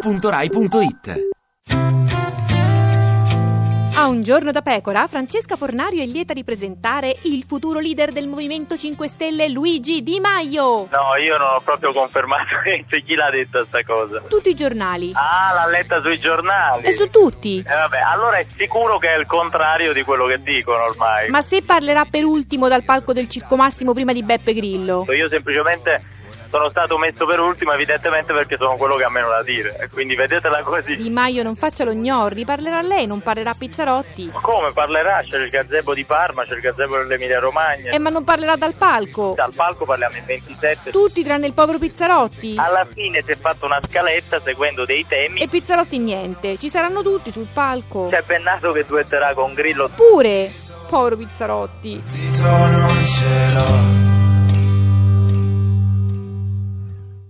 radio2pod.rai.it A un giorno da pecora, Francesca Fornario è lieta di presentare il futuro leader del Movimento 5 Stelle, Luigi Di Maio. No, io non ho proprio confermato niente. Chi l'ha detta sta cosa? Tutti i giornali. Ah, l'ha letta sui giornali. E su tutti. Eh, vabbè, allora è sicuro che è il contrario di quello che dicono ormai. Ma se parlerà per ultimo dal palco del Circo Massimo prima di Beppe Grillo? Io semplicemente sono stato messo per ultimo, evidentemente perché sono quello che ha meno da dire. E Quindi vedetela così. Di Maio non faccia lo gnorri, parlerà lei, non parlerà Pizzarotti. Ma Come parlerà? C'è il gazebo di Parma, c'è il gazebo dell'Emilia Romagna. Eh, ma non parlerà dal palco. Dal palco parliamo in 27. Tutti tranne il povero Pizzarotti. Alla fine si è fatta una scaletta seguendo dei temi. E Pizzarotti niente, ci saranno tutti sul palco. C'è Bennato che duetterà con Grillo Pure, povero Pizzarotti.